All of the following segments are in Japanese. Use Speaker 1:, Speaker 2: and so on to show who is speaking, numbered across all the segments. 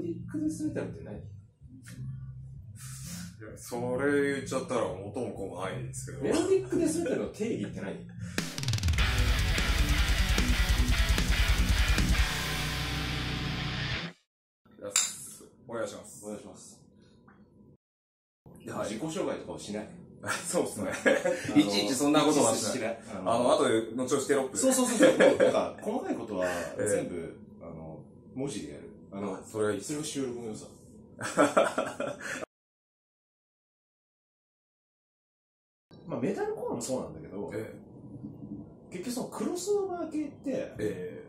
Speaker 1: に崩すみたいなのってない
Speaker 2: いやそれ言っちゃったら元も子もないんですけど
Speaker 1: メロディックデスメタルの定義って何
Speaker 2: いやすお願いしま す
Speaker 1: お願いします。で自己紹介とかをしない。
Speaker 2: そうですね
Speaker 1: い
Speaker 2: いちいちそんなことはし
Speaker 1: ない。
Speaker 2: あ
Speaker 1: あ
Speaker 2: の
Speaker 1: の、
Speaker 2: 後で後々テロップ
Speaker 1: そう
Speaker 2: う
Speaker 1: そうそうそう。もうなんか、細かいことは
Speaker 2: ええ
Speaker 1: 全部、あの、文字でやる。あの、
Speaker 2: それはいい
Speaker 1: それが収録の 良さ。まあ、メタルコアもそうなんだけど、
Speaker 2: え
Speaker 1: 結局そのクロスオーバー系って
Speaker 2: え、え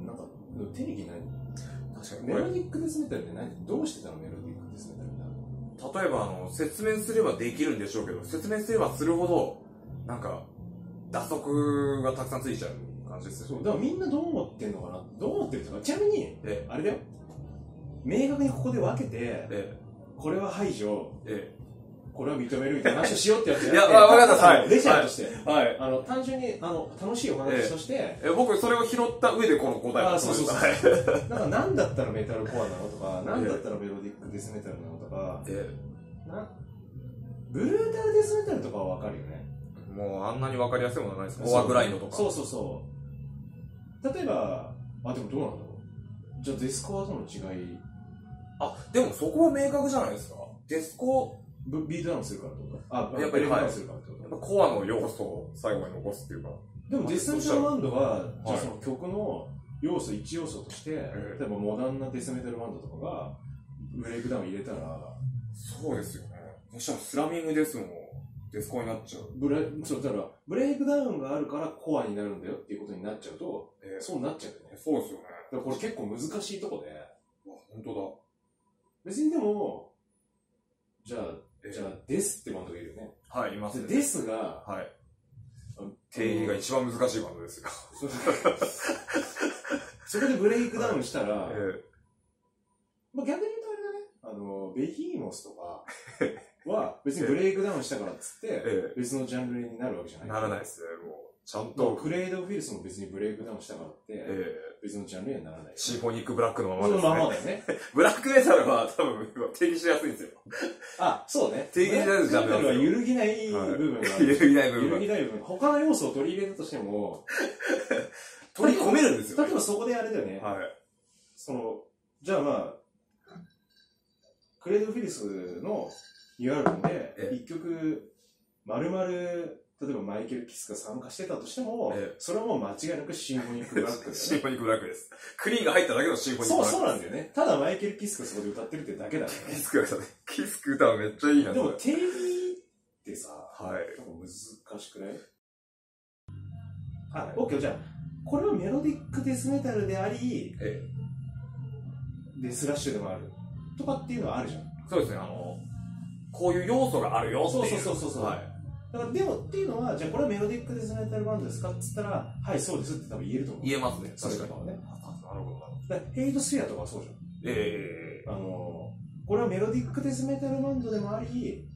Speaker 1: うんなんか、定義ない。
Speaker 2: え確かに
Speaker 1: メ
Speaker 2: こ
Speaker 1: ロ
Speaker 2: れ
Speaker 1: ディックデスメタルって何どうしてたのメロディックデスメタルって。
Speaker 2: 例えばあの説明すればできるんでしょうけど説明すればするほどなんか打足がたくさんついちゃう感じです
Speaker 1: そ
Speaker 2: よ
Speaker 1: う、
Speaker 2: ね
Speaker 1: だからみんなどう思ってんのかなどう思ってるとか、ちなみに、
Speaker 2: え
Speaker 1: あれだよ。明確にここで分けて
Speaker 2: え、え
Speaker 1: これは排除、
Speaker 2: ええ
Speaker 1: これは認めるみたいな話をしようってやつじゃなく
Speaker 2: いやわわかった
Speaker 1: ただ
Speaker 2: は
Speaker 1: の
Speaker 2: い
Speaker 1: レジャーとして、
Speaker 2: えはい
Speaker 1: あの、単純に、あの、楽しいお話として、
Speaker 2: え僕それを拾った上でこの答え
Speaker 1: あ
Speaker 2: だ
Speaker 1: ー
Speaker 2: と
Speaker 1: そう
Speaker 2: 思い
Speaker 1: そう
Speaker 2: ま
Speaker 1: そ
Speaker 2: す
Speaker 1: う
Speaker 2: はい
Speaker 1: なんか何だったらメタルコアなのとか、何だったらメロディックデスメタルなのとか、
Speaker 2: え
Speaker 1: なブルータルデスメタルとかは分かるよね。
Speaker 2: えもうあんなに分かりやすいものはないですフォアグラインドとか
Speaker 1: そうそうそう。例えば、あ、でもどうなんだろう。じゃあデスコアとの違い、
Speaker 2: あでもそこは明確じゃないですかデスコ
Speaker 1: ブビートダウンするからってことあ、
Speaker 2: やっぱり
Speaker 1: ブレイクダウンするからってこ
Speaker 2: やっぱ
Speaker 1: と
Speaker 2: コアの要素を最後に残すっていうか
Speaker 1: でもデスメタルバンドは、じゃあ
Speaker 2: は
Speaker 1: そ
Speaker 2: い
Speaker 1: の曲の要素、一要素として、例
Speaker 2: え
Speaker 1: えばモダンなデスメタルバンドとかが、ブレイクダウン入れたら、
Speaker 2: そうですよねそしたらスラミングですもんデスコアになっちゃう
Speaker 1: ブレそうだからブレイクダウンがあるからコアになるんだよっていうことになっちゃうと
Speaker 2: ええ
Speaker 1: そうなっちゃうんだよね
Speaker 2: そうですよね
Speaker 1: だからこれ結構難しいとこで
Speaker 2: わ本当
Speaker 1: 別にでもじゃあ
Speaker 2: だ
Speaker 1: じゃあデスってバンドがいるよね
Speaker 2: はいいます
Speaker 1: でデスが
Speaker 2: はい
Speaker 1: あの
Speaker 2: 定義が一番難しいバンドですよ。
Speaker 1: そうそこでブレイクダウンしたら、
Speaker 2: え
Speaker 1: まあ、逆に言うとあれだねあのベヒーモスとかは別にブレイクダウンしたからっつって
Speaker 2: え
Speaker 1: 別のジャンルになるわけじゃない
Speaker 2: ならないですね、もう。ちゃん
Speaker 1: と
Speaker 2: と、
Speaker 1: クレイド・フィルスも別にブレイクダウンしたからって
Speaker 2: え
Speaker 1: 別のジャンルにはならない
Speaker 2: えシンフォニックブラックのまま
Speaker 1: そ
Speaker 2: で
Speaker 1: の
Speaker 2: す
Speaker 1: まま
Speaker 2: ね。
Speaker 1: だよね。
Speaker 2: ブラックメタルは多分定義しやすいんですよ。
Speaker 1: あ、そうね。
Speaker 2: 定義になるジャンル
Speaker 1: ブラックメタ
Speaker 2: なんですよ
Speaker 1: ルは揺るぎない部分がある。
Speaker 2: 揺るぎない部
Speaker 1: 揺る
Speaker 2: 分が
Speaker 1: ぎない部分。他の要素を取り入れたとしても、
Speaker 2: 取り込めるんですよ
Speaker 1: 例え
Speaker 2: ね。
Speaker 1: ばそこであれだよね。
Speaker 2: はい。
Speaker 1: その、じゃあまあ、クレイド・フィリスのニューアルバムで
Speaker 2: え、え
Speaker 1: 一曲、丸々、例えばマイケル・キスが参加してたとしても
Speaker 2: ええ、
Speaker 1: それはもう間違いなくシンフォニック・ブラックだよね。
Speaker 2: シンフォニックブラックです。クリーンが入っただけのシンフォニ
Speaker 1: そ
Speaker 2: ック
Speaker 1: う、
Speaker 2: ブラッ
Speaker 1: そう
Speaker 2: ク。
Speaker 1: なんだよね。ただマイケル・キスがそこで歌ってるってだけだから
Speaker 2: キ
Speaker 1: ね。
Speaker 2: スク歌ね。キスク歌はめっちゃいいな。
Speaker 1: でも
Speaker 2: それ
Speaker 1: 定義ってさ、
Speaker 2: はい。
Speaker 1: なんか難しくないあ、OK、じゃあ、これはメロディックデスメタルであり、
Speaker 2: ええ
Speaker 1: デスラッシュでもある。とかっていうのはあるじゃん。
Speaker 2: そうですね、あの、こういう要素があるよっていう。
Speaker 1: そうそうそうそうそう
Speaker 2: はい。
Speaker 1: だから、でもっていうのは、じゃあこれはメロディックデスメタルバンドですかって言ったら、はい、そうですって多分言えると思う。
Speaker 2: 言えますね、
Speaker 1: それ
Speaker 2: 確
Speaker 1: と
Speaker 2: か
Speaker 1: か
Speaker 2: に。
Speaker 1: はね。
Speaker 2: なるほどな。
Speaker 1: だからヘイトスフェアとかはそうじ
Speaker 2: ええ
Speaker 1: ゃん。あのー、これはメロディックデスメタルバンドでもあり、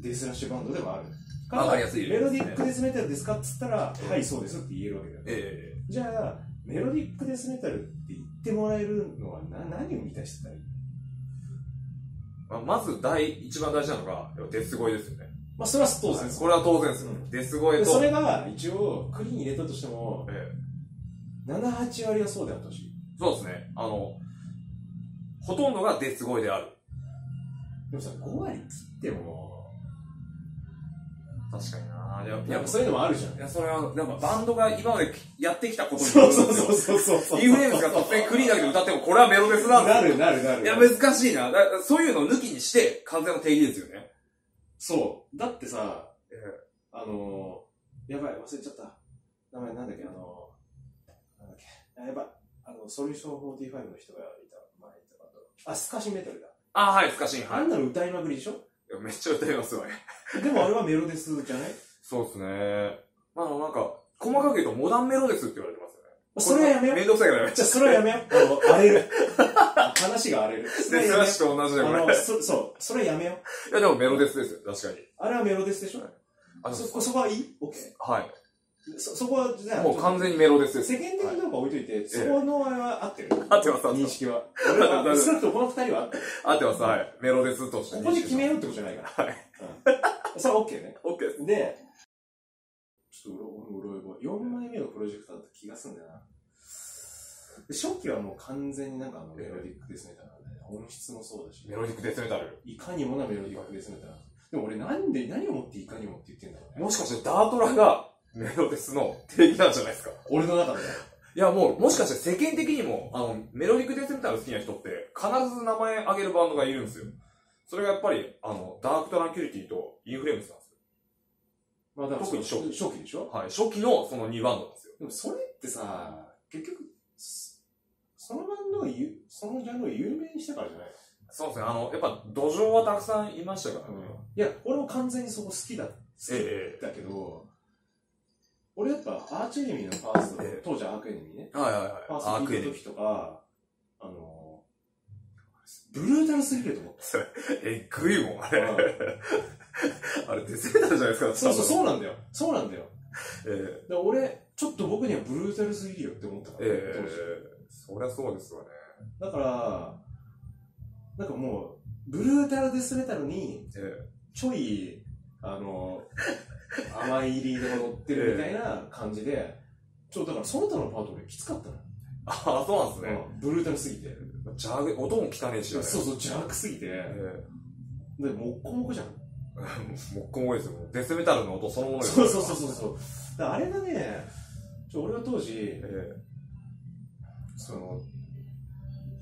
Speaker 1: デスラッシュバンドでもある。か
Speaker 2: わからりやすい
Speaker 1: メ
Speaker 2: 例
Speaker 1: ロ
Speaker 2: です
Speaker 1: デ
Speaker 2: ね
Speaker 1: ィックデスメタルですかって言ったら、
Speaker 2: ええ
Speaker 1: はい、そうですって言えるわけだよ。
Speaker 2: ええ
Speaker 1: じゃあ、メロディックデスメタルって言ってもらえるのはな何を満たしてたらいい
Speaker 2: まあまず第、一番大事なのが、デス声ですよね。
Speaker 1: まあ、それは当然です。
Speaker 2: これは当然ですよ。デス声
Speaker 1: で
Speaker 2: と。
Speaker 1: それが一応、クリーン入れたとしても、
Speaker 2: ええ
Speaker 1: 7、8割はそうであってほしい。
Speaker 2: そうですね。あの、ほとんどがデス声である。
Speaker 1: でもさ、5割切っても、
Speaker 2: 確かにな。いや、い
Speaker 1: やっ
Speaker 2: や
Speaker 1: ぱ、そういうのもあるじゃん
Speaker 2: い。やそれは、なんかバンドが今までやってきたことに
Speaker 1: そうそうそうそうそう
Speaker 2: インフレームが突然クリーンだけで歌っても、これはメロデスなん
Speaker 1: な
Speaker 2: です
Speaker 1: る
Speaker 2: よ。
Speaker 1: なるなる。
Speaker 2: いや、難しいな。だそういうのを抜きにして、完全の定義ですよね。
Speaker 1: そう。だってさ、
Speaker 2: え
Speaker 1: あのー、やばい、忘れちゃった。名前なんだっけ、あのー、なんだっけ、あやばい、あの、ソリューション45の人がいた、前いたバンド。あ、スカシメタルだ。
Speaker 2: あ、はい、難しい。は
Speaker 1: あ
Speaker 2: い。
Speaker 1: んなの歌いまくりでしょ
Speaker 2: いやめっちゃ歌いますわね。
Speaker 1: でもあれはメロデスじゃない
Speaker 2: そうですね。まあ、あの、なんか、細かく言うと、モダンメロデスって言われてますよね。
Speaker 1: それはやめよ
Speaker 2: め
Speaker 1: う。
Speaker 2: んどくさいからやめ
Speaker 1: じゃあそれはやめよう。あの、荒れる。 話が荒れる。それ
Speaker 2: デ
Speaker 1: は
Speaker 2: ス
Speaker 1: や
Speaker 2: ラ
Speaker 1: め
Speaker 2: ッ
Speaker 1: よ
Speaker 2: シュと同じだよ、こ
Speaker 1: う。あ
Speaker 2: れ
Speaker 1: の、。そ、そう、それはやめよう。
Speaker 2: いや、でもメロデスですよ、確かに。
Speaker 1: あれはメロデスでしょ
Speaker 2: あ
Speaker 1: そこ、そこはいい ?OK。
Speaker 2: はい。
Speaker 1: そ、そこは、じゃあ、
Speaker 2: もう完全にメロデスです。
Speaker 1: 世間的にどうかぱ置いといて、そこのあれは合ってる。
Speaker 2: 合ってます合って
Speaker 1: 認
Speaker 2: ます
Speaker 1: 識は。俺は
Speaker 2: 合ってます
Speaker 1: 少なくともこの二人は合ってる。
Speaker 2: 合ってます、はい。メロですとして。
Speaker 1: ここで決めようってことじゃないから。
Speaker 2: はい。
Speaker 1: うんそれは OK ね。
Speaker 2: OK です。
Speaker 1: で、ちょっとうろうろ覚え、4枚目のプロジェクトだった気がするんだよな。で初期はもう完全になんかあのメロディックデスメタルなんだよね。音質もそうだし
Speaker 2: メ。ロディックデスメタル。
Speaker 1: いかにもなメロディックデスメタルなんですよ。でも俺なんで、何をもっていかにもって言ってんだろうね。
Speaker 2: もしかしてダートラがメロデスの定義なんじゃないですか。
Speaker 1: 俺の中で。
Speaker 2: いや、もう、もしかして世間的にも、あの、メロディックデスメタル好きな人って、必ず名前挙げるバンドがいるんですよ。それがやっぱり、あの、ダークトランキュリティとインフレームスなんですよ。
Speaker 1: まあだから
Speaker 2: 特に初期
Speaker 1: 初期でしょ
Speaker 2: はい。初期のその2バンドなんですよ。
Speaker 1: でもそれってさ、結局、そそのバンドがゆ、そのジャンルを有名にしたからじゃない
Speaker 2: そうですね。あの、やっぱ土壌はたくさんいましたから
Speaker 1: の、
Speaker 2: ね。
Speaker 1: いや、俺も完全にそこ好きだ。好き
Speaker 2: え
Speaker 1: だけど、俺やっぱアーチェリミーのファースト、
Speaker 2: ええ
Speaker 1: 当時アークエネミーね。
Speaker 2: え。はいはいはい。
Speaker 1: ファースト聞いた時とか、あの、ブルータルすぎると思っ
Speaker 2: それ、えぐいもん、あ
Speaker 1: た。
Speaker 2: れ。 あれ、デスメタルじゃないですか。
Speaker 1: そうそう、
Speaker 2: う。
Speaker 1: そうなんだよ。そうなんだよ。
Speaker 2: え
Speaker 1: だから俺、ちょっと僕にはブルータルすぎるよって思ったか
Speaker 2: え
Speaker 1: ら、
Speaker 2: え
Speaker 1: 当時
Speaker 2: えそりゃそうですよね。
Speaker 1: だから、なんかもう、ブルータルデスメタルに、
Speaker 2: ええ
Speaker 1: ちょい、あの、 甘いリードが乗ってるみたいな感じで、ちょ、だからその他のパート俺きつかったのよ。
Speaker 2: ああ、そうなんですね。
Speaker 1: うんブルータルすぎて。
Speaker 2: ジャグ、音も汚ねえし、
Speaker 1: そう
Speaker 2: ね。。
Speaker 1: そうう、邪悪すぎて、で、
Speaker 2: え
Speaker 1: もっこもこじゃん。
Speaker 2: えもっこもこですよ。デスメタルの音そのものです
Speaker 1: そうそうそうそう。そう。だからあれがね、ちょ俺は当時
Speaker 2: え、え
Speaker 1: その、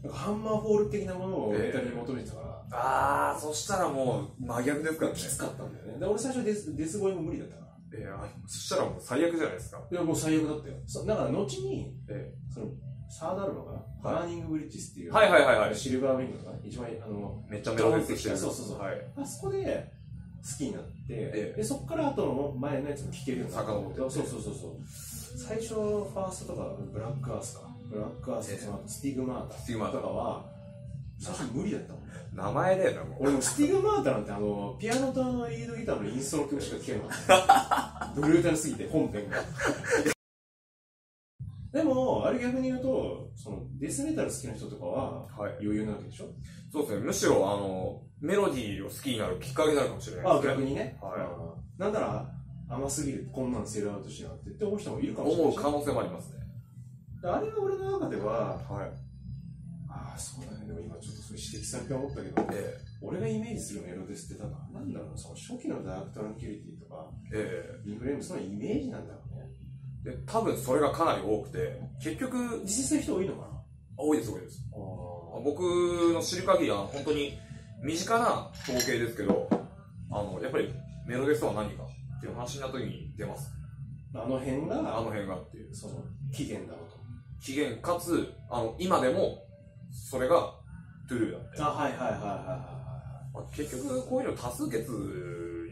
Speaker 1: なんかハンマーホール的なものをメタルに求めてたから、
Speaker 2: ああ、そしたらもう真逆ですからね
Speaker 1: き。つかったんだよね。だから俺最初デスデス声も無理だったから。
Speaker 2: ええあそしたらもう最悪じゃないですか。
Speaker 1: いや、もう最悪だったよ。そだから、後に、
Speaker 2: え
Speaker 1: その、サードアルバムかな、
Speaker 2: はい
Speaker 1: バーニングブリッジスってい
Speaker 2: え
Speaker 1: う、
Speaker 2: はいはいはいはい。
Speaker 1: シルバーウィングとかね、一番、あの、
Speaker 2: めっちゃメロディックしてる。
Speaker 1: そうそうそう
Speaker 2: はい。
Speaker 1: あそこで好きになって、
Speaker 2: ええ
Speaker 1: でそこから後の前のやつも聴けるようになった。
Speaker 2: 遡って
Speaker 1: そうそうそうそう。最初、ファーストとか、ブラックアースか。ブラックアース
Speaker 2: ええ
Speaker 1: とその後、スティグマー
Speaker 2: スティグマ
Speaker 1: タ
Speaker 2: ー
Speaker 1: と
Speaker 2: タ
Speaker 1: かは、最初無理だったもん。
Speaker 2: 名前だよな、もう。
Speaker 1: 俺もスティグマータなんて、あの、ピアノとあの、リードギターのインストの曲しか聴けなかっ た。ブルータルすぎて、本編が。でも、あれ逆に言うと、その、デスメタル好きな人とかは、
Speaker 2: はい。
Speaker 1: 余裕なわけでしょ
Speaker 2: そうですね。むしろ、あの、メロディーを好きになるきっかけになるかもしれない
Speaker 1: あ、
Speaker 2: です
Speaker 1: 逆
Speaker 2: ね。
Speaker 1: にね。
Speaker 2: はい
Speaker 1: い。なんなら、甘すぎる、こんなんセールアウトしやがってって思う人もいるかもしれな
Speaker 2: 思
Speaker 1: いうし。
Speaker 2: 可能性もありますね。
Speaker 1: あれが俺の中では、
Speaker 2: はい。
Speaker 1: ああ、そうだね。でも今ちょっとそれ指摘されて思ったけど、
Speaker 2: え
Speaker 1: 俺がイメージするメロデスって多分、なんだろうな、その初期のダークトランキュリティとか、
Speaker 2: ええ
Speaker 1: インフレームそのイメージなんだろうね。
Speaker 2: えで、多分それがかなり多くて、結局
Speaker 1: 実、際そういう人多いのかな
Speaker 2: 多いです、多いです。
Speaker 1: あ
Speaker 2: 僕の知る限りは本当に身近な統計ですけど、あの、やっぱりメロディスとは何かっていう話になった時に出ます。
Speaker 1: あの辺
Speaker 2: あの
Speaker 1: が、
Speaker 2: 辺がっていう。
Speaker 1: その、起源だろうと。
Speaker 2: 期限かつ、あの、今でも、それがトゥルーだって。
Speaker 1: あ、はいはいはいはいは
Speaker 2: まあ、結局、こういうの多数決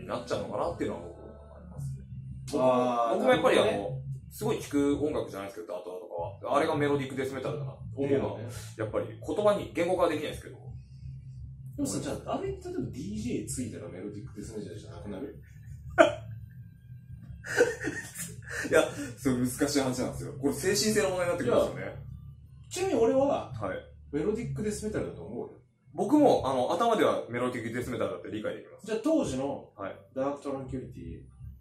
Speaker 2: になっちゃうのかなっていうのは僕はありますね。
Speaker 1: あー
Speaker 2: 僕もやっぱり
Speaker 1: な
Speaker 2: あ
Speaker 1: る
Speaker 2: の、
Speaker 1: ほ
Speaker 2: すごい聞く音楽じゃないですけど、ダートラとかは。あれがメロディックデスメタルだな。
Speaker 1: い
Speaker 2: 思
Speaker 1: はい。
Speaker 2: うのは、やっぱり言葉に言語化はできないですけど、
Speaker 1: でもさ、じゃあ、あれ、例えば DJ ついたらメロディックデスメジャーじゃなくなる
Speaker 2: すごい難しい話なんですよ。これ精神性の問題になって
Speaker 1: くるんですよ
Speaker 2: ね。
Speaker 1: ちなみに俺は、
Speaker 2: はい。
Speaker 1: メロディックデスメタルだと思うよ。
Speaker 2: 僕も、あの、頭ではメロディックデスメタルだって理解できます。
Speaker 1: じゃあ当時の
Speaker 2: はい
Speaker 1: ダークトランキュリテ
Speaker 2: め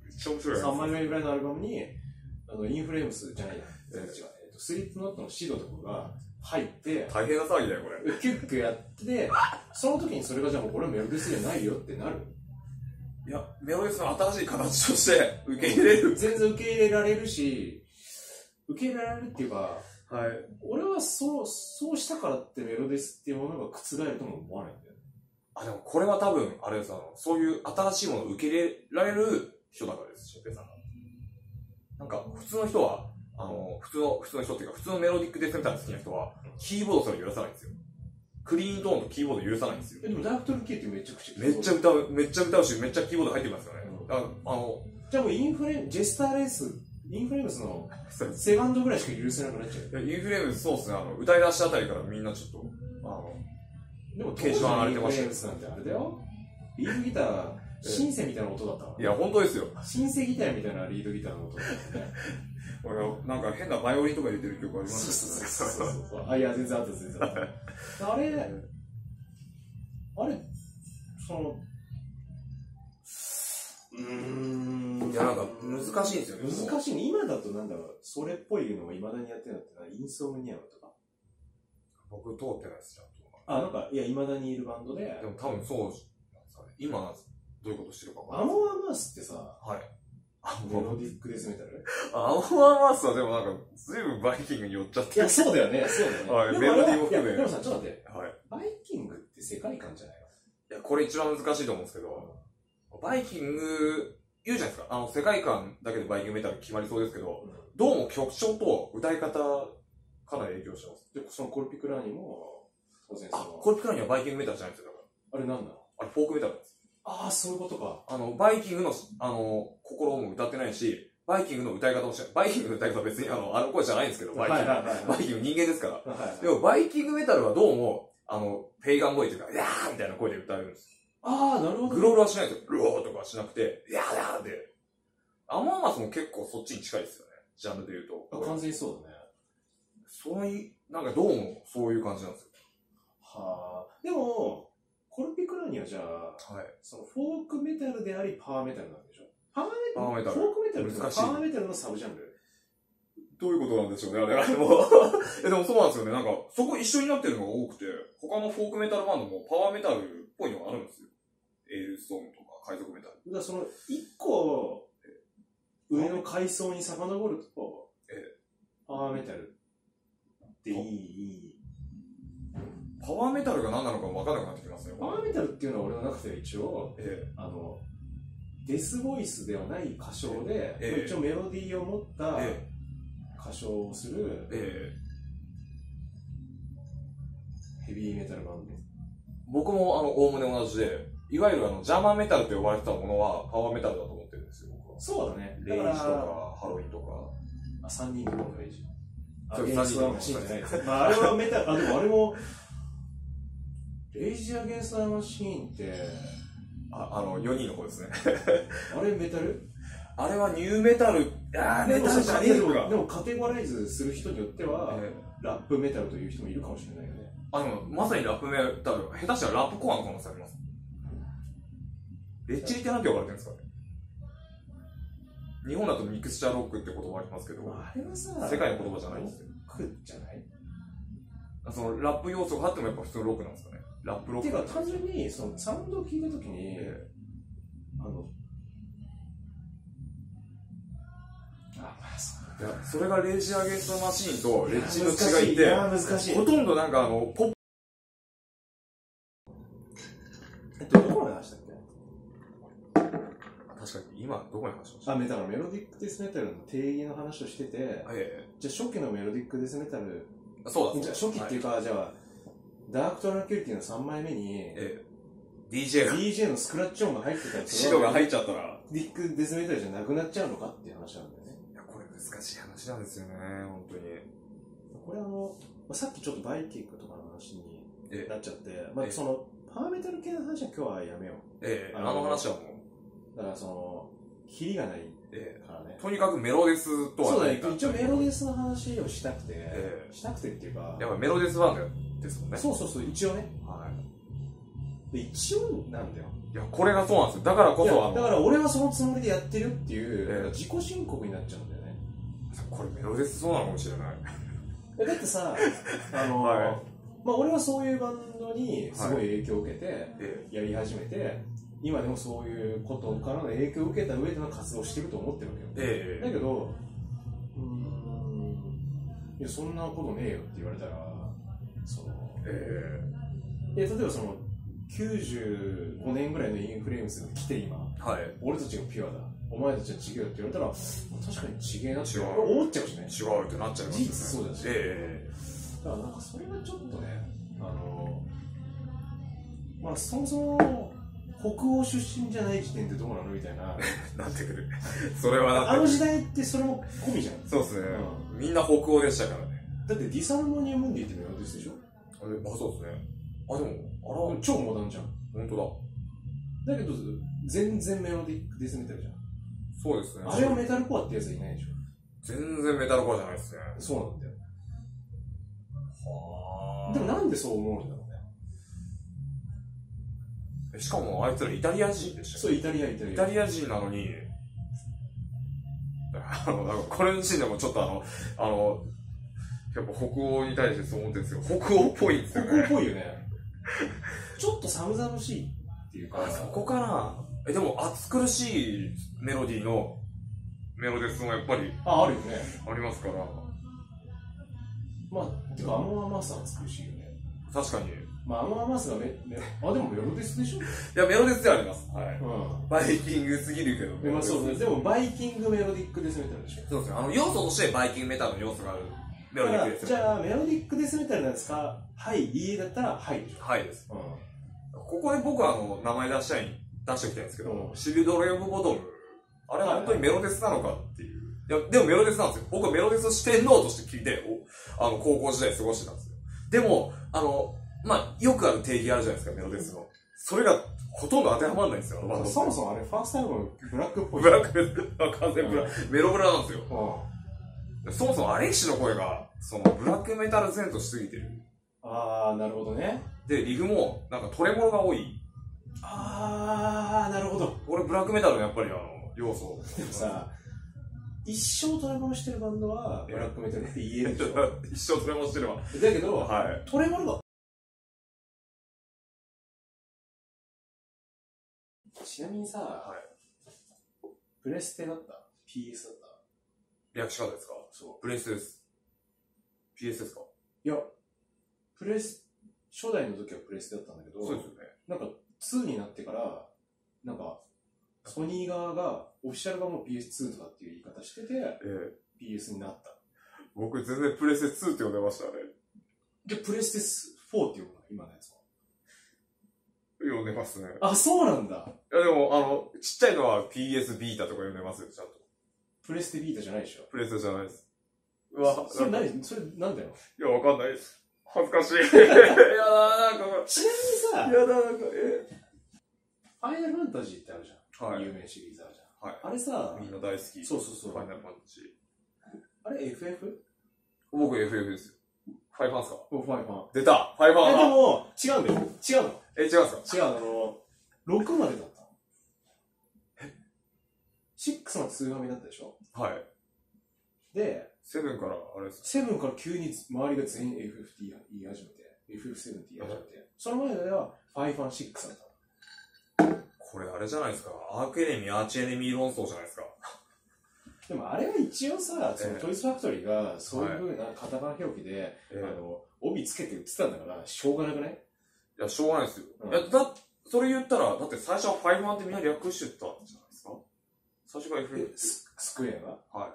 Speaker 2: っちゃ面
Speaker 1: ィ、
Speaker 2: 白い
Speaker 1: 3枚目ぐらいのアルバムに、あの、インフレームスじゃないや、
Speaker 2: ええ
Speaker 1: 違う、えっと、スリップノットのシードとかが入って、
Speaker 2: 大変な騒ぎだよ、これ。
Speaker 1: キュッキュやって、その時にそれがじゃあもうこれはメロディスじゃないよってなる。
Speaker 2: いや、メロディスの新しい形として受け入れる。
Speaker 1: 全然受け入れられるし、受け入れられるっていうか、
Speaker 2: はい。
Speaker 1: 俺はそう、そうしたからってメロディスっていうものが覆るとも思わないんだよね。
Speaker 2: あ、でもこれは多分、あれです、あの、そういう新しいものを受け入れられる人だからです、シュウペイさんが。なんか、普通の人は、あの、普通の、普通の人っていうか、普通のメロディックデスメタル好きな人は、キーボードすら許さないんですよ。クリーントーンとキーボード許さないんですよ。
Speaker 1: えでもダークトランキュリティめちゃくちゃ
Speaker 2: めっちゃ歌う、めっちゃ歌うし、めっちゃキーボード入ってますよね。だから、あの、
Speaker 1: じゃあもうインフレ、ジェスターレース、インフレームスの
Speaker 2: そうです
Speaker 1: セカンドぐらいしか許せなくなっちゃ
Speaker 2: いやインフレームズそうっすね、あの、歌い出したあたりからみんなちょっと、あの、
Speaker 1: う。でも
Speaker 2: ケージは荒れてました
Speaker 1: インフレームスなんてあれだよ。ビーフギター、シンセみたいな音だったわ
Speaker 2: いや、本当ですよ。
Speaker 1: シンセギターみたいなリードギターの音だったね。
Speaker 2: 俺はなんか変なバイオリンとか入れてる曲あり
Speaker 1: そうそうそう
Speaker 2: ます
Speaker 1: そうそうそう。あ、いや、全然あった、全然あ った。あれ、あれ、その、うーん
Speaker 2: いや、なんか難しいんですよね。
Speaker 1: 難しいね。今だとなんだろう、それっぽいのを未だにやってるのってのは、インソムニアムとか。
Speaker 2: 僕通ってないです、ちゃんと。
Speaker 1: あ、なんか、いや、未だにいるバンドで
Speaker 2: で、も多分そうなんですかね。今、どういうことしてるかわ
Speaker 1: ア
Speaker 2: かんない。
Speaker 1: モアマースってさ、
Speaker 2: はい。あ
Speaker 1: メロディックデスメタル
Speaker 2: アモアマースはでもなんか、ずいぶんバイキングに寄っちゃっ
Speaker 1: い
Speaker 2: て
Speaker 1: や、そうだよね、そうだよね。
Speaker 2: はい
Speaker 1: でもあれは
Speaker 2: メロディーも含め
Speaker 1: いやでもさ、ちょっと待って、
Speaker 2: はい。
Speaker 1: バイキングって世界観じゃない
Speaker 2: いや、これ一番難しいと思うんですけど、バイキング、言うじゃないですか。あの、世界観だけでバイキングメタル決まりそうですけど、
Speaker 1: の
Speaker 2: どうも曲調と歌い方、かなり影響してます。
Speaker 1: で、そのコルピクラーニも、当然そ
Speaker 2: あ
Speaker 1: の、、
Speaker 2: これピカにはバイキングメタルじゃないんですよ、だか
Speaker 1: あれなんなの
Speaker 2: ら。あれ、フォークメタルなんです。
Speaker 1: ああ、そういうことか。
Speaker 2: あの、バイキングの、あの、心も歌ってないし、バイキングの歌い方もしない。バイキングの歌い方は別に、あの、あの声じゃないんですけど、バイキング。
Speaker 1: いはい
Speaker 2: バイキング人間ですから。
Speaker 1: はい
Speaker 2: でも、バイキングメタルはどうも、あの、ペイガン声というか、やーみたいな声で歌うんです。
Speaker 1: ああ、なるほど。
Speaker 2: グロールはしないですよ。ルオーとかはしなくて、やーだーで。アマアマスも結構そっちに近いですよね。ジャンルで言う
Speaker 1: あ
Speaker 2: と。
Speaker 1: 完全にそうだね。
Speaker 2: そういう、なんかどうもそういう感じなんです
Speaker 1: はあ。でも、コルピクラニはじゃあ、
Speaker 2: よ。はい。
Speaker 1: そのフォークメタルであり、パワーメタルなんでしょパワー
Speaker 2: パワーメ
Speaker 1: メタ
Speaker 2: タ
Speaker 1: ルフォ
Speaker 2: ル
Speaker 1: ークメタルってのは
Speaker 2: 難しい
Speaker 1: パワーメタルのサブジャンル
Speaker 2: どういうことなんでしょうね、あ れ。あれもえ、でもそうなんですよね。なんか、そこ一緒になってるのが多くて、他のフォークメタルバンドもパワーメタルっぽいのがあるんですよ。エールストームとか、海賊メタル。
Speaker 1: だからその、一個、上の階層に遡ると
Speaker 2: ええ、
Speaker 1: パワーメタルっていい。
Speaker 2: パワーメタルが何なのか分かんなくなってきますね。
Speaker 1: パワーメタルっていうのは俺の中では一応、
Speaker 2: ええ
Speaker 1: あの、デスボイスではない歌唱で、
Speaker 2: ええ
Speaker 1: まあ一応メロディーを持った
Speaker 2: え
Speaker 1: 歌唱をする
Speaker 2: えええ
Speaker 1: ヘビーメタルバンド。
Speaker 2: 僕もあの、おおむね同じで、いわゆるあの、ジャーマンメタルと呼ばれてたものは、パワーメタルだと思ってるんですよ、僕は。
Speaker 1: そうだね。
Speaker 2: レ
Speaker 1: だ
Speaker 2: イジ
Speaker 1: か
Speaker 2: と
Speaker 1: ら、
Speaker 2: か、ハロウィンとか。
Speaker 1: あ、3人のレイジ。あ、
Speaker 2: そう
Speaker 1: ゲンストラマシンじゃないですね。まあ、あ
Speaker 2: 三
Speaker 1: れ
Speaker 2: 人
Speaker 1: はメタ、あ、でもあれも、レイジアゲンストラマシーンって、
Speaker 2: あ、あの、4人の方ですね。
Speaker 1: あれメタル
Speaker 2: あれはニューメタル、あーメタルじゃねえ
Speaker 1: で
Speaker 2: の
Speaker 1: もで
Speaker 2: か。
Speaker 1: もカテゴライズする人によっては、
Speaker 2: ええ
Speaker 1: ラップメタルという人もいるかもしれないよね。
Speaker 2: あ、でも、まさにラップメタル、下手したらラップコアの可能性あります。レッチリってなんて呼ばれてるんですかね日本だとミクスチャーロックって言葉ありますけど、
Speaker 1: あれはさ、
Speaker 2: 世界の言葉じゃないん
Speaker 1: ロ
Speaker 2: で
Speaker 1: ッ
Speaker 2: すよ。
Speaker 1: クじゃない
Speaker 2: その、ラップ要素があってもやっぱ普通のロックなんですかね。ラップロッ
Speaker 1: て
Speaker 2: ク。
Speaker 1: いうか、単純に、その、サウンドを聞いたときに、
Speaker 2: え
Speaker 1: あの、あ、まあ、そう
Speaker 2: えいやそれがレイジアゲンストマシーンとレッチリの違い
Speaker 1: いや
Speaker 2: で、
Speaker 1: 難しい。
Speaker 2: ほとんどなんかあの、ポップ、
Speaker 1: えっと、どこまで話したっけ
Speaker 2: 確かに今どこに話しました
Speaker 1: あ、メタル、メロディックデスメタルの定義の話をしてて、
Speaker 2: え
Speaker 1: じゃあ初期のメロディックデスメタル、
Speaker 2: えそうだ
Speaker 1: じゃあ初期っていう
Speaker 2: か、
Speaker 1: か、じゃあ、ダークトランキュリティの3枚目に、
Speaker 2: ええ DJ が、
Speaker 1: DJ のスクラッチ音が入ってたら、
Speaker 2: 白が入っちゃったら、
Speaker 1: メロディックデスメタルじゃなくなっちゃうのかっていう話なんだよね。
Speaker 2: いや、これ難しい話なんですよね、本当に。
Speaker 1: これあの、まあ、さっきちょっとバイキングとかの話に
Speaker 2: え
Speaker 1: なっちゃって、ま
Speaker 2: ええ
Speaker 1: あ、その、パワーメタル系の話は今日はやめよ
Speaker 2: ええあ
Speaker 1: あの
Speaker 2: の話はもう、
Speaker 1: う。だからその、キリがない
Speaker 2: え
Speaker 1: からね
Speaker 2: え。とにかくメロデスとは
Speaker 1: そうだ
Speaker 2: 何
Speaker 1: ね
Speaker 2: か。、
Speaker 1: 一応メロディスの話をしたくて、
Speaker 2: ええ
Speaker 1: したくてっていうか
Speaker 2: や、っぱメロデスバンドですもんね。
Speaker 1: そうそうそう、一応ね。
Speaker 2: はい。
Speaker 1: で一応なんだよ。
Speaker 2: いや、これがそうなんですよ。だからこ
Speaker 1: い
Speaker 2: そ、あ
Speaker 1: や
Speaker 2: の、
Speaker 1: だから俺はそのつもりでやってるっていう、
Speaker 2: ええ
Speaker 1: 自己申告になっちゃうんだよね。
Speaker 2: これメロデスそうなのかもしれない。
Speaker 1: えだって さ、あの、
Speaker 2: はい
Speaker 1: まあ俺はそういうバンドにすごい影響を受けて、
Speaker 2: え
Speaker 1: やり始めて、今でもそういうことからの影響を受けた上での活動をしてると思ってるわけよ。
Speaker 2: ええ
Speaker 1: だ
Speaker 2: え
Speaker 1: けど、うーん、いや、そんなことねえよって言われたら、その、
Speaker 2: え
Speaker 1: え例えばその、95年ぐらいのインフレームスが来て今、
Speaker 2: えはい。
Speaker 1: 俺たちがピュアだお前たちは違うよって言われたら確かに違えなって
Speaker 2: 違う
Speaker 1: 思っちゃうしね
Speaker 2: 違うってなっちゃいますよね。
Speaker 1: 事実そうだし
Speaker 2: え
Speaker 1: だからなんかそれはちょっとねあのまあそもそも北欧出身じゃない時点でどうなのみたい な
Speaker 2: えなってくる。それはなってくる。
Speaker 1: あの時代ってそれも込みじゃん
Speaker 2: そうですね、
Speaker 1: う
Speaker 2: みんな北欧でしたからね。
Speaker 1: だってディサルモニアムンディってメロディースでしょ
Speaker 2: あ、そうですね。あ、でも、あら、
Speaker 1: 超モダンじゃん
Speaker 2: 本当
Speaker 1: だけど、全然メロディックデスメタルじゃん。
Speaker 2: そうですね。
Speaker 1: あれはメタルコアってやついないでしょ。
Speaker 2: 全然メタルコアじゃないですね。
Speaker 1: そうなんだよ。
Speaker 2: は
Speaker 1: でもなんでそう思うんだろうね。
Speaker 2: あ。しかもあいつらイタリア人でした
Speaker 1: そう、イタリア、イタリ
Speaker 2: イ
Speaker 1: ア。
Speaker 2: タリア人なのに、あの、なんかこれのシーンでもちょっとあの、あの、やっぱ北欧に対してそう思ってるんですけど、北欧っぽいんですよ
Speaker 1: 北欧っ
Speaker 2: ね。
Speaker 1: ぽいよね。ちょっと寒々しいっていうか
Speaker 2: あ、そこかなえ、でも暑苦しいメロディーのメロデスもやっぱり
Speaker 1: あ、あるよね。
Speaker 2: ありますから、
Speaker 1: まあ、てか、アモアマースは美しいよね。
Speaker 2: 確かに。い
Speaker 1: まあ、アモアマースがメ、メあ、でもメロディスでしょ
Speaker 2: や、メロデスではあります。はい。
Speaker 1: う
Speaker 2: バイキングすぎるけど、
Speaker 1: ん。でまあ、そうね。
Speaker 2: ね。
Speaker 1: でも、バイキングメロディックデスメタルでしょ。
Speaker 2: そうですね。あの、要素としてバイキングメタルの要素があるメロディックですよ
Speaker 1: じ
Speaker 2: ね。
Speaker 1: ゃあ、メロディックデスメタルなんですかはい、いいえだったら、はいでし
Speaker 2: はいです。
Speaker 1: ょ。うん。
Speaker 2: ここで僕はあの、名前出したい、出しておきたいんですけど、
Speaker 1: うん
Speaker 2: シルドレオブボトル、あれは本当にメロデスなのかっていう。いや、でもメロデスなんですよ。僕はメロデス四天王として聞いて、おあの、高校時代過ごしてたんですよ。でも、あの、まあ、よくある定義あるじゃないですか、メロデスの。それがほとんど当てはまらないんですよ、あのバンドって
Speaker 1: そもそもあれ、ファーストアルバム、ブラックっぽい。
Speaker 2: ブラック、完全ブラ、メロブラなんですよ。
Speaker 1: うん。
Speaker 2: そもそもアレキシの声が、その、ブラックメタル前としすぎてる。
Speaker 1: あー、なるほどね。
Speaker 2: で、リフも、なんかトレモロが多い。
Speaker 1: あー、なるほど。
Speaker 2: これブラックメタルのやっぱりあの、要素。
Speaker 1: でもさ、一生トレモロしてるバンドは、ブラックメタルって言えるでし ょ。
Speaker 2: 一生それもしてるわ。
Speaker 1: だけど、
Speaker 2: はい。
Speaker 1: トレモロが、ちなみにさ、プレステだった ?PS だった
Speaker 2: 略し方ですか
Speaker 1: そ
Speaker 2: プレステです。PS ですか
Speaker 1: う。いや、プレス、初代の時はプレステだったんだけど、
Speaker 2: そうですよね。
Speaker 1: なんか2になってから、なんか、ソニー側が、オフィシャルがもう PS2 とかっていう言い方してて、
Speaker 2: ええ
Speaker 1: PS になった。
Speaker 2: 僕全然プレステ2って呼んでましたね。
Speaker 1: で、プレステ4っていうのかな、今のやつは。
Speaker 2: 呼んでますね。
Speaker 1: あ、そうなんだ。
Speaker 2: いやでも、あの、ちっちゃいのは PS ビータとか呼んでますよ、ちゃんと。
Speaker 1: プレステビータじゃないでしょ。
Speaker 2: プレステじゃないです。うわ、
Speaker 1: それ
Speaker 2: なんか
Speaker 1: 何それなんだよ。
Speaker 2: いや、わかんないです。恥ずかしい。いやだなんか、
Speaker 1: ちないみにさ、
Speaker 2: やだなんか、え
Speaker 1: ファイナルファンタジーってあるじゃん。
Speaker 2: はい
Speaker 1: 有名シリーズあるじゃ
Speaker 2: はい。
Speaker 1: ん。あれさ、
Speaker 2: みんな大好き。
Speaker 1: そうそうそう
Speaker 2: ファイナルパンチ。
Speaker 1: あれ FF?
Speaker 2: 僕 FF ですよ。ファイファンっすか
Speaker 1: おファイファン。
Speaker 2: 出たファイファン
Speaker 1: え、で
Speaker 2: だ
Speaker 1: も、違うんだよ。違うの。
Speaker 2: え、違うんすか
Speaker 1: 違う、あの、6までだったの。6まで通紙だったでしょ
Speaker 2: はい。
Speaker 1: で、
Speaker 2: セブンから、あれです
Speaker 1: 7から急に周りが全員 FF って言い始めて、FF7 って言い始めて、その前まではファイファン6だったの。
Speaker 2: これあれじゃないですか。アークエネミー、アーチエネミー論争じゃないですか。
Speaker 1: でもあれは一応さ、その
Speaker 2: ええ
Speaker 1: トイズファクトリーがそういうふうなカタカナ表記で、
Speaker 2: ええ
Speaker 1: あの帯つけて売ってたんだから、しょうがなくない
Speaker 2: いや、しょうがないですよ。
Speaker 1: うん
Speaker 2: いや、だ、それ言ったら、だって最初はファイマンってみんな略してたんじゃないですか最初が FF
Speaker 1: え。ススクエアが
Speaker 2: はい。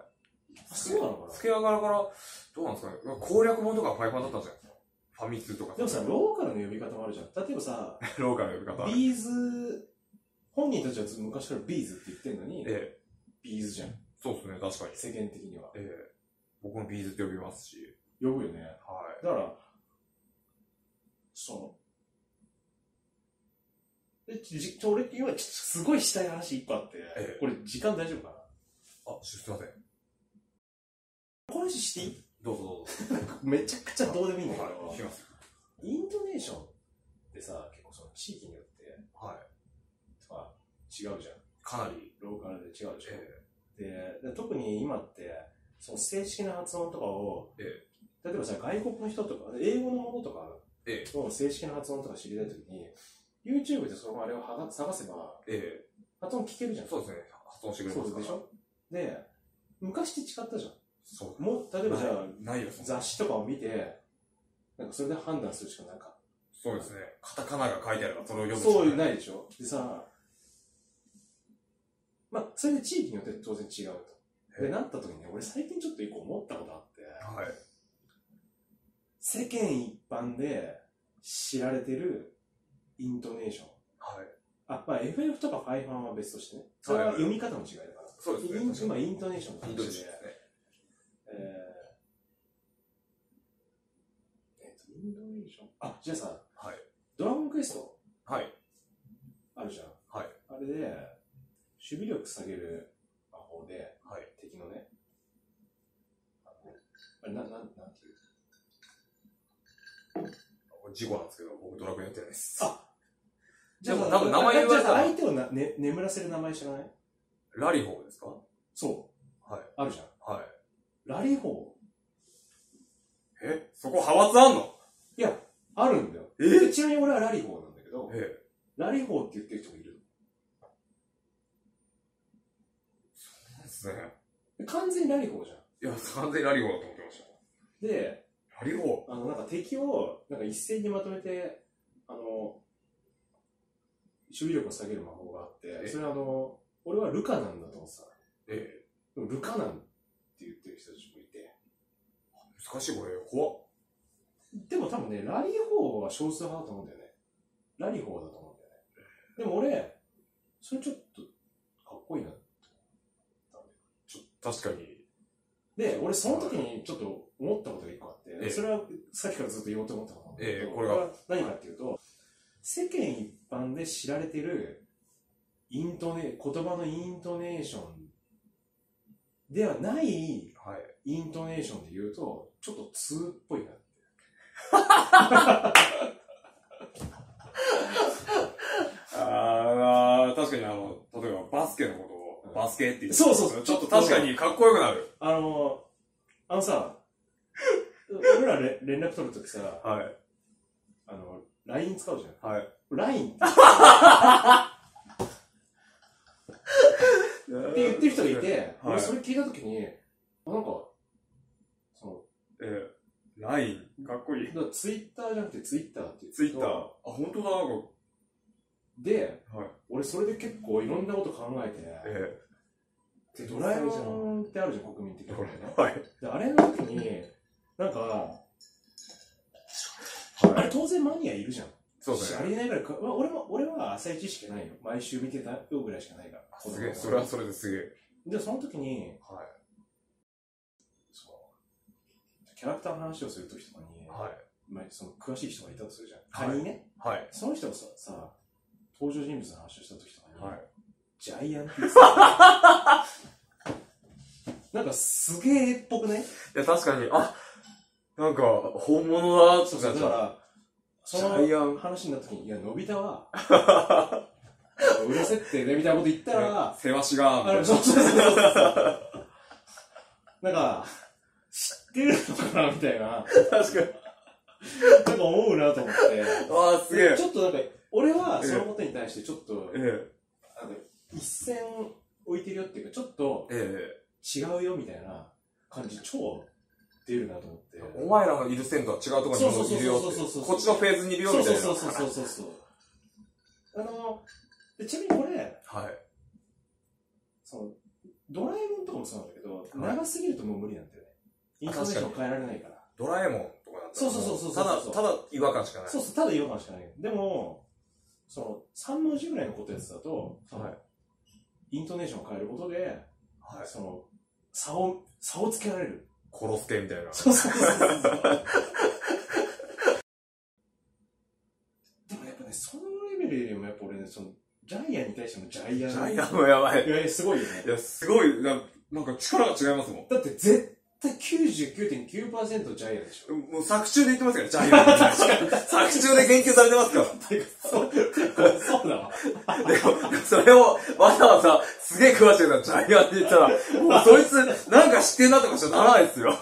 Speaker 1: そうなのかな
Speaker 2: スケア側から、どうなんですかね。攻略本とかはファイマンだったんじゃないですか。ファミ通とか。
Speaker 1: でもさ、ローカルの呼び方もあるじゃん。例えばさ、
Speaker 2: ローカルの呼び方。
Speaker 1: ビーズ、本人たちはず昔からビーズって言ってんのに、
Speaker 2: ええ。
Speaker 1: ビーズじゃん。
Speaker 2: そうですね、確かに。
Speaker 1: 世間的には。
Speaker 2: ええ。僕もビーズって呼びますし。
Speaker 1: 呼ぶよね。
Speaker 2: はい。
Speaker 1: だから、その、え、じ、ちょ、俺、今、ちょっとすごいしたい話一個あって、
Speaker 2: ええ
Speaker 1: これ、時間大丈夫かな
Speaker 2: あ、すいません。
Speaker 1: この話していい
Speaker 2: どうぞどうぞ。
Speaker 1: めちゃくちゃどうでもいいんだけ
Speaker 2: はい。聞き
Speaker 1: ど、
Speaker 2: ます。
Speaker 1: イントネーションってさ、結構その地域によって、
Speaker 2: はい。
Speaker 1: とか、違うじゃん。
Speaker 2: かなり。
Speaker 1: ローカルで違うでしょ。
Speaker 2: え
Speaker 1: で、で特に今って、その正式な発音とかを、
Speaker 2: え
Speaker 1: 例えばさ、外国の人とか、英語のものとか
Speaker 2: え
Speaker 1: の正式な発音とか知りたいときに、YouTube でそのあれをはが探せば、
Speaker 2: え。え
Speaker 1: 発音聞けるじゃ
Speaker 2: え。
Speaker 1: ん。
Speaker 2: そうですね。発音してくれ
Speaker 1: そ
Speaker 2: ま
Speaker 1: う
Speaker 2: すから
Speaker 1: でしょで、昔って違ったじゃ。
Speaker 2: そうん
Speaker 1: もう、例えばじゃあ、
Speaker 2: ないよ、そんな
Speaker 1: 雑誌とかを見て、なんかそれで判断するしかなかっ
Speaker 2: そうですね。カタカナが書いてあればそれを
Speaker 1: た。
Speaker 2: 読む
Speaker 1: そう
Speaker 2: ね。
Speaker 1: ないでしょでさ、まあ、それで地域によって当然違うと。
Speaker 2: え
Speaker 1: で、なった時にね、俺最近ちょっと一個思ったことあって、
Speaker 2: はい。
Speaker 1: 世間一般で知られてるイントネーション。
Speaker 2: はい。
Speaker 1: あ、まあ FF とかファイファンは別としてね。それは読み方の違いだから。
Speaker 2: そうですね
Speaker 1: イン今イントネーションの
Speaker 2: イ
Speaker 1: 話
Speaker 2: ンド
Speaker 1: で
Speaker 2: ネシアですね。
Speaker 1: えーえっと、インドネーションあ、じゃあさ、
Speaker 2: はい
Speaker 1: ドラゴンクエスト
Speaker 2: はい。
Speaker 1: あるじゃん。
Speaker 2: はい。
Speaker 1: で、守備力下げる魔法で、
Speaker 2: はい
Speaker 1: 敵のね、あのあれ、な、なん、なんていう
Speaker 2: これ事故なんですけど、僕ドラクエやってないです。
Speaker 1: あ
Speaker 2: じゃあ多分名前言われたら
Speaker 1: じゃあ相手をな、ね、眠らせる名前知らない
Speaker 2: ラリホーですか
Speaker 1: そう。
Speaker 2: はい。
Speaker 1: あるじゃん。
Speaker 2: はい。
Speaker 1: ラリホ
Speaker 2: えそこ派閥あんの
Speaker 1: ーいや、あるんだよ。
Speaker 2: え
Speaker 1: でちなみに俺はラリホーなんだけど、
Speaker 2: え
Speaker 1: ラリホーって言ってる人もいる
Speaker 2: え。ですね。
Speaker 1: の。完全にラリホーじゃん。
Speaker 2: いや、完全にラリホーだと思ってまし
Speaker 1: で、
Speaker 2: た。ラリホ
Speaker 1: あの、なんか敵を、なんか一斉にまとめて、あの、守備力を下げる魔法があって、
Speaker 2: え
Speaker 1: それはあの、俺はルカなんだと思ってた。
Speaker 2: ーええ。
Speaker 1: でもルカなんって言ってる人たちもいて。
Speaker 2: 難しいこれ、怖っ。
Speaker 1: でも多分ね、ラリー法は少数派だと思うんだよね。ラリー法だと思うんだよね。でも俺、それちょっとかっこいいな。
Speaker 2: ちょ、確かに。
Speaker 1: で、俺その時にちょっと思ったことが一個あっ
Speaker 2: え
Speaker 1: て、
Speaker 2: え
Speaker 1: それはさっきからずっと言おうと思ったことなんだけど
Speaker 2: ええこれが
Speaker 1: 何かっていうと、世間一般で知られてるイントネ、言葉のイントネーションではない
Speaker 2: はい。
Speaker 1: イントネーションで言うと、ちょっと通っぽいな。
Speaker 2: あーあー、確かにあの、例えばバスケのことを、バスケって言って、
Speaker 1: そうそうそう
Speaker 2: ちょっと確かにかっこよくなる。
Speaker 1: あの、あのさ、俺られ連絡取るときさ、
Speaker 2: はい。
Speaker 1: あの、LINE 使うじゃん。
Speaker 2: はい。
Speaker 1: LINE って言ってる人がい。て、
Speaker 2: はい
Speaker 1: 俺それ聞いたときに、なんか、そ
Speaker 2: ええ。ライン。かっこいい。
Speaker 1: の、だからツイッターじゃなくてツイッターって言って
Speaker 2: ツイッター。あ、本当だ、なんか。
Speaker 1: で、
Speaker 2: はい
Speaker 1: 俺それで結構いろんなこと考え
Speaker 2: え
Speaker 1: て、でドラえもんってあるじゃん、国民的
Speaker 2: え。
Speaker 1: な、ね。
Speaker 2: はい。
Speaker 1: で、あれの時に、なんか、あれ当然マニアいるじゃん。
Speaker 2: そうです
Speaker 1: あ
Speaker 2: ね。
Speaker 1: りえないぐらいか、まあ、俺も、俺は浅い知識ないよ。毎週見てたよぐらいしかないから。
Speaker 2: すげえ。それはそれですげえ。
Speaker 1: で、その時に、
Speaker 2: は
Speaker 1: その、キャラクターの話をする時とかに、
Speaker 2: い。はい。
Speaker 1: まあ、その詳しい人がいたとするじゃん。
Speaker 2: はい
Speaker 1: 仮にね。
Speaker 2: はい。
Speaker 1: その人がさ、さ登場人物の話をした時とかに、
Speaker 2: はい。
Speaker 1: ジャイアンって言ってた なんかすげえっぽくね
Speaker 2: いや、確かに、あ、なんか、本物だ、とか
Speaker 1: だか
Speaker 2: さ、
Speaker 1: ら、
Speaker 2: ジ
Speaker 1: その
Speaker 2: ャイアン。
Speaker 1: 話になった時に、いや、のび太は、うるせってね、みたいなこと言ったら、
Speaker 2: せわしが、み
Speaker 1: あ
Speaker 2: たい
Speaker 1: れ、
Speaker 2: な
Speaker 1: そうそうそうそうそう。なんか、知ってるのかなみたいな、
Speaker 2: 確かに。
Speaker 1: なんか思うなと思っ
Speaker 2: ああ、すげ
Speaker 1: て。
Speaker 2: え
Speaker 1: ち。ょっとなんか、俺はそのことに対してちょっと、
Speaker 2: え
Speaker 1: なんか一線置いてるよっていうか、ちょっと
Speaker 2: え。え
Speaker 1: 違うよみたいな感じ、超出るなと思って
Speaker 2: え。。お前らのいる線とは違うところにもういるよっ
Speaker 1: そうそうそう
Speaker 2: て。
Speaker 1: そうそう
Speaker 2: こっちのフェーズにいるよ、
Speaker 1: そう
Speaker 2: みた
Speaker 1: そ
Speaker 2: いうな。
Speaker 1: そうそうそうそうそう。あの、でちなみにこれ、
Speaker 2: はい。
Speaker 1: その、ドラえもんとかもそうなんだけど、
Speaker 2: はい
Speaker 1: 長すぎるともう無理なんだよね。イントネーション変えられないから。
Speaker 2: ドラえもんとかだったら
Speaker 1: そうそうそうそう
Speaker 2: ただ、ただ違和感しかない。
Speaker 1: そうそう、ただ違和感しかない。でも、その、3文字ぐらいのことやつだと、
Speaker 2: はい
Speaker 1: イントネーションを変えることで、
Speaker 2: はい。
Speaker 1: その、差を、差をつけられる。
Speaker 2: 殺すけみたいな。
Speaker 1: そうそうそうそう。でもやっぱね、そのレベルよりもやっぱ俺ね、その、ジャイアンに対してのジャイアン。
Speaker 2: ジャイアンもやばい。
Speaker 1: いやいや、すごいよね
Speaker 2: い。や、すごい、ななんか力が違いますもん
Speaker 1: だって絶対99.9%ジャイアンでしょ。。
Speaker 2: もう作中で言ってますから、ジャイアン。作中で言及されてますから。
Speaker 1: そうそうだわ。
Speaker 2: でも、それを、わざわざ、すげえ詳しくな、ジャイアンって言ったら、もうそいつ、なんか知ってんなとかじゃならないですよ。
Speaker 1: 確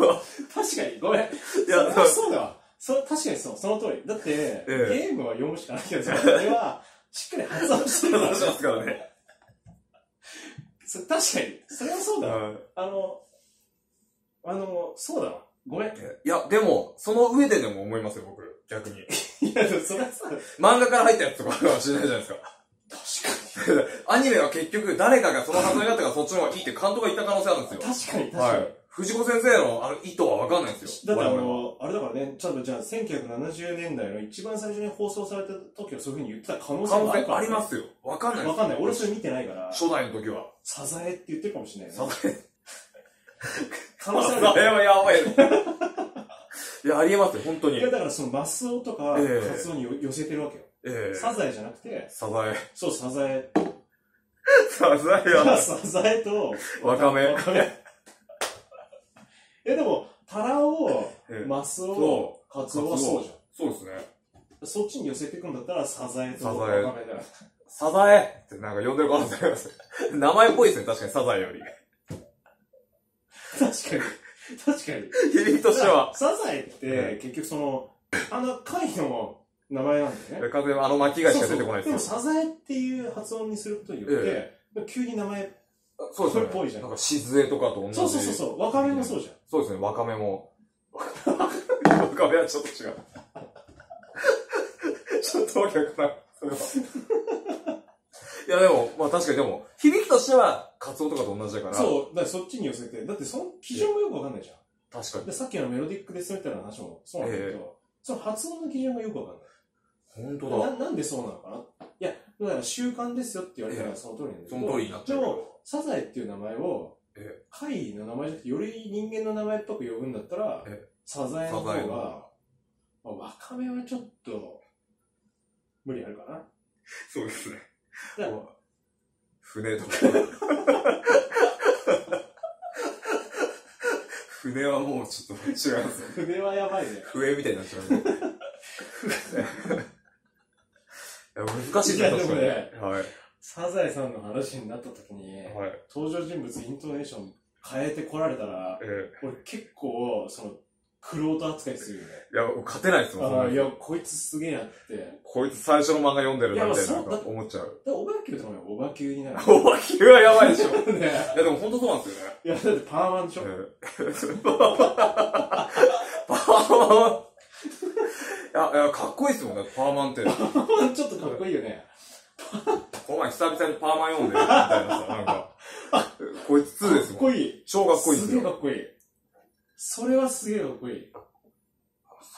Speaker 1: かに、ごめん。い
Speaker 2: いや、
Speaker 1: そうそうだわ。そう、確かにそう、その通り。だって、ゲームは読むしかないけど、それは、しっかり発音してるか
Speaker 2: 話
Speaker 1: ら
Speaker 2: しますからね。
Speaker 1: そ確かに。それはそうだわ。
Speaker 2: うん
Speaker 1: あの、あの、そうだわ。ごめん。い
Speaker 2: いや、でも、その上ででも思いますよ、僕。逆に。
Speaker 1: や、でもそれはさ、確
Speaker 2: 漫画から入ったやつとかあるかもしれないじゃないですか。アニメは結局、誰かがその発明だったからそっちの方がいいって監督が言った可能性あるんですよ。
Speaker 1: かに。確かに、確
Speaker 2: は
Speaker 1: かに
Speaker 2: い。。藤子先生のあの意図はわかんないんです
Speaker 1: だ
Speaker 2: よ。
Speaker 1: ってあ
Speaker 2: 我々は
Speaker 1: の、あれだからね、ちゃんとじゃあ1970年代の一番最初に放送された時はそういうふうに言ってた可能
Speaker 2: 可
Speaker 1: 性
Speaker 2: 能
Speaker 1: もあるか
Speaker 2: 性
Speaker 1: ら、。
Speaker 2: ありますすよ。わかんないで
Speaker 1: わ
Speaker 2: すよ。
Speaker 1: かんない。俺それ見てないから、
Speaker 2: 初代の時は。
Speaker 1: サザエって言ってるかもしれないね
Speaker 2: サ。ザエ
Speaker 1: 可能性ある
Speaker 2: あれはやばい。 いや、ありえますよ、本当に。
Speaker 1: いや、だからそのマスオとか、
Speaker 2: ええ
Speaker 1: カツオに寄せてるわけよ。
Speaker 2: ええ
Speaker 1: サザエじゃなくて、
Speaker 2: サザエ。
Speaker 1: そう、サザエ。
Speaker 2: サザエは、
Speaker 1: サザエと、
Speaker 2: わかめ
Speaker 1: わ。かめ。え、でも、タラを、
Speaker 2: ええ
Speaker 1: マスを
Speaker 2: そ、
Speaker 1: カツオはそうじ
Speaker 2: そうですね。
Speaker 1: ゃん。そっちに寄せていくんだったら、サザエと
Speaker 2: サ
Speaker 1: わ
Speaker 2: ザ
Speaker 1: か
Speaker 2: エ
Speaker 1: めだよ。
Speaker 2: サザエってなんか呼んでる可能性あります。名前っぽいですね、確かにサザエよ り。
Speaker 1: 確かに。確かに。
Speaker 2: 響きとしては。
Speaker 1: サザエって
Speaker 2: え、
Speaker 1: 結局その、あの貝の名前なんだよね。
Speaker 2: 完全にあの巻き貝しか出てこない
Speaker 1: そうそうで
Speaker 2: で
Speaker 1: も、
Speaker 2: すよ。
Speaker 1: サザエっていう発音にすることによって
Speaker 2: え、
Speaker 1: 急に名前、
Speaker 2: そうです
Speaker 1: それ
Speaker 2: ね。
Speaker 1: っぽいじゃん
Speaker 2: なんか静江とかと同じ。
Speaker 1: そうそうそうそう、わかめもそうじゃん。
Speaker 2: そうですね、わかめも。わかめはちょっと違う。ちょっとわけわからん。それはいやでも、まあ確かにでも、響きとしては、カツオとかと同じだから。う。
Speaker 1: そう、だからそっちに寄せて、だってその基準もよくわかんないじゃん。
Speaker 2: 確かに。
Speaker 1: で、さっきのメロディックデスメタルの話もそうなんだけど、その発音の基準がよくわかんない。
Speaker 2: 本当だ。
Speaker 1: ななんでそうなのかないや、だから習慣ですよって言われた
Speaker 2: え
Speaker 1: ら
Speaker 2: え
Speaker 1: その通りなんだけど、
Speaker 2: その通りになっち
Speaker 1: で
Speaker 2: ゃうけど。
Speaker 1: も、サザエっていう名前を
Speaker 2: え、
Speaker 1: 貝の名前じゃなくて、より人間の名前っぽく呼ぶんだったら
Speaker 2: ええ、
Speaker 1: サザエの方
Speaker 2: サザエの
Speaker 1: が
Speaker 2: 方が、
Speaker 1: まあわかめはちょっと、無理あるかな。
Speaker 2: そうですね。
Speaker 1: だから
Speaker 2: うわ船とか。船はもうちょっと違いますね。
Speaker 1: 筆はやばいね。
Speaker 2: 笛みたいになっちゃうね。いや、難しいです
Speaker 1: いや
Speaker 2: ね、
Speaker 1: で
Speaker 2: 確
Speaker 1: も
Speaker 2: かに。
Speaker 1: ね
Speaker 2: はい。
Speaker 1: サザエさんの話になった時に、
Speaker 2: はい。
Speaker 1: 登場人物イントネーション変えてこられたら、
Speaker 2: え
Speaker 1: 俺結構、その、クロート扱いするよね。
Speaker 2: えいや、勝てないですもん、そん
Speaker 1: ああ、い
Speaker 2: なに
Speaker 1: や、こいつすげえなって。だか
Speaker 2: こいつ最初の漫画読んでるな、みたい
Speaker 1: いやまあ
Speaker 2: な、な
Speaker 1: そうん
Speaker 2: か思っちゃう。
Speaker 1: ら、オバキューとかもオバキューになる。
Speaker 2: おばきはやばいでしょ。い
Speaker 1: ね
Speaker 2: や、でも本当そうなんですよね。
Speaker 1: いや、だってパーマンでしょ、
Speaker 2: ええパーマ ン。いや、いや、かっこいいですもんね、パーマンって。
Speaker 1: パーマンちょっとかっこいいよね。
Speaker 2: この前久々にパーマン読んでるみたいなさ、なんか、こいつ2です
Speaker 1: かっ
Speaker 2: も
Speaker 1: こ
Speaker 2: ん。
Speaker 1: いい。
Speaker 2: 超かっこいいですす
Speaker 1: げえか
Speaker 2: よ。
Speaker 1: っこいい。それはすげえかっこいい。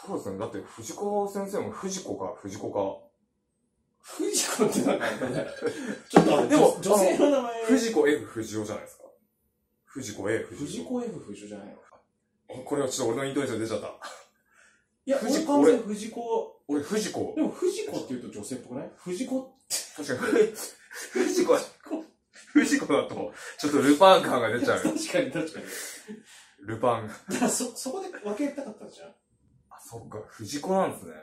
Speaker 2: そうですね。だって、藤子先生も藤子か、藤子
Speaker 1: 藤子ってなんかあった ね、ちょっとあの、
Speaker 2: でも
Speaker 1: 女女性の名
Speaker 2: か。
Speaker 1: 前。
Speaker 2: 藤子 F 藤尾じゃないですか。藤子 A 藤
Speaker 1: 藤子 F 藤子じゃないの
Speaker 2: 子。これはちょっと俺のイントネーション出ちゃった。
Speaker 1: いや、
Speaker 2: 藤
Speaker 1: 俺
Speaker 2: 子
Speaker 1: 完全藤子。
Speaker 2: 俺、藤子。
Speaker 1: でも藤子って言うと女性っぽくない藤子
Speaker 2: 確かに。藤子、藤子だと、ちょっとルパン感が出ちゃ
Speaker 1: 確か
Speaker 2: う。
Speaker 1: に確かに。
Speaker 2: ルパン。
Speaker 1: だからそ、そこで分けたかったじゃん。
Speaker 2: あ、そっか、藤子なんですね。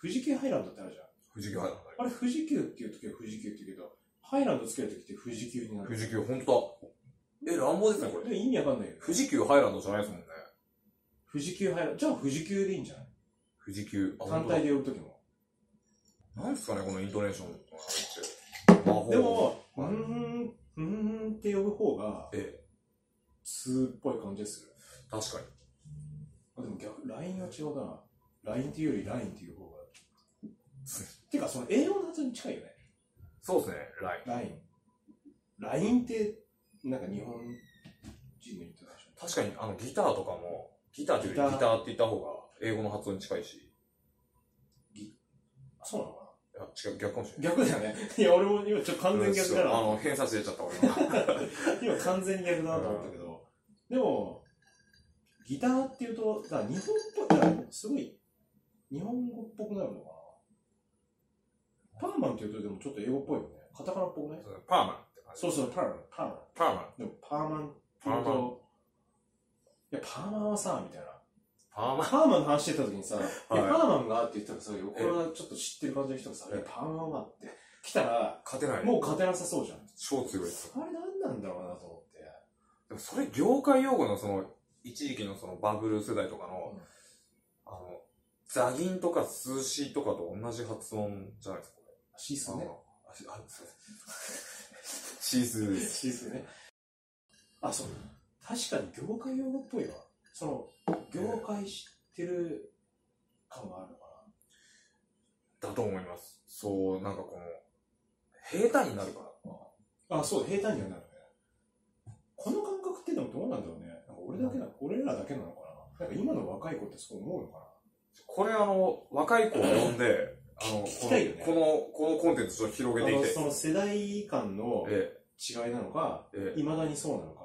Speaker 1: 富士急ハイランドってあるじゃん。
Speaker 2: 藤子派
Speaker 1: あれ、富士急っていう時は富士急って言うけど、ハイランドつける時って富士急になる。
Speaker 2: 藤子、ほんとだ。え、乱暴ですね、こ
Speaker 1: で
Speaker 2: れ。
Speaker 1: も意味わかんないよね。
Speaker 2: 藤子ハイランドじゃないですもんね。
Speaker 1: 富士急ハイランド。じゃあ富士急でいいんじゃない
Speaker 2: 藤子。あ
Speaker 1: 単体で呼ぶ時も。
Speaker 2: なんですかね、このイントネーションの感じ。魔法
Speaker 1: で、も、う
Speaker 2: はい
Speaker 1: ーん、うーんって呼ぶ方が、
Speaker 2: え
Speaker 1: 通っぽい感じでする。
Speaker 2: え、確かに。
Speaker 1: あでも逆、LINE は違うな。LINE っていうより LINE っていう方が。てか、その英語の発音に近いよね。
Speaker 2: そうですね、ライ
Speaker 1: LINE。
Speaker 2: ン。
Speaker 1: LINE って、なんか日本人のイントネーション。
Speaker 2: 確かに、あの、ギターとかも、ギターというより
Speaker 1: ギ
Speaker 2: ギ
Speaker 1: タ
Speaker 2: ターって言った方が、英語の発音に近いし、い
Speaker 1: あそうなのかな
Speaker 2: や、違う、逆かもしれない。
Speaker 1: 逆だよね。いや、俺も今ちょっと完全に逆だ
Speaker 2: うんそうあ
Speaker 1: な。
Speaker 2: の、偏差値出ちゃった、俺も。
Speaker 1: 今完全に逆だなと思ったけど。でも、ギターっていうと、だから日本っぽい、だからすごい、日本語っぽくなるのかな。パーマンっていうと、でもちょっと英語っぽいよね。カタカナっぽくない
Speaker 2: パーマンって感じ。
Speaker 1: そうそう、パーマン、パーマン。
Speaker 2: パーマン。
Speaker 1: でも、パーマンっていう
Speaker 2: パーマ
Speaker 1: と、いや、パーマンはさ、みたいな。
Speaker 2: パーマ
Speaker 1: パ
Speaker 2: ン。
Speaker 1: ーマンの話してた時にさ、いやパーマンがって言ったらさ、横からちょっと知ってる感じの人がさ、い
Speaker 2: え
Speaker 1: や、パーマンはって来たら、
Speaker 2: 勝てない。
Speaker 1: もう勝てなさそうじゃん。
Speaker 2: 超強いです。
Speaker 1: あれ何なんだろうなと思って。
Speaker 2: でもそれ、業界用語のその、一時期のそのバブル世代とかの
Speaker 1: うん、
Speaker 2: あの、ザギンとかスーシーとかと同じ発音じゃないですか。
Speaker 1: シースーね。
Speaker 2: あの、あ、あすいません。シースーです。
Speaker 1: シースーね。あ、そう。確かに業界用語っぽいわ。その、業界知ってる感があるのか
Speaker 2: だと思います。そう、なんかこの、平坦になるから。
Speaker 1: な。あ、そう、平坦にはなるね。この感覚ってでもどうなんだろうね。なんか俺だけな、俺らだけなのかな。なんか今の若い子ってそう思うのか
Speaker 2: これあの、若い子を呼んで、あの、
Speaker 1: 聞きたいよね
Speaker 2: この、この、このコンテンツを広
Speaker 1: な。
Speaker 2: げ
Speaker 1: あ
Speaker 2: てい
Speaker 1: の
Speaker 2: きたい。
Speaker 1: その世代間の
Speaker 2: え
Speaker 1: 違いなのか、
Speaker 2: え、ええ、
Speaker 1: いまだにそうなのか、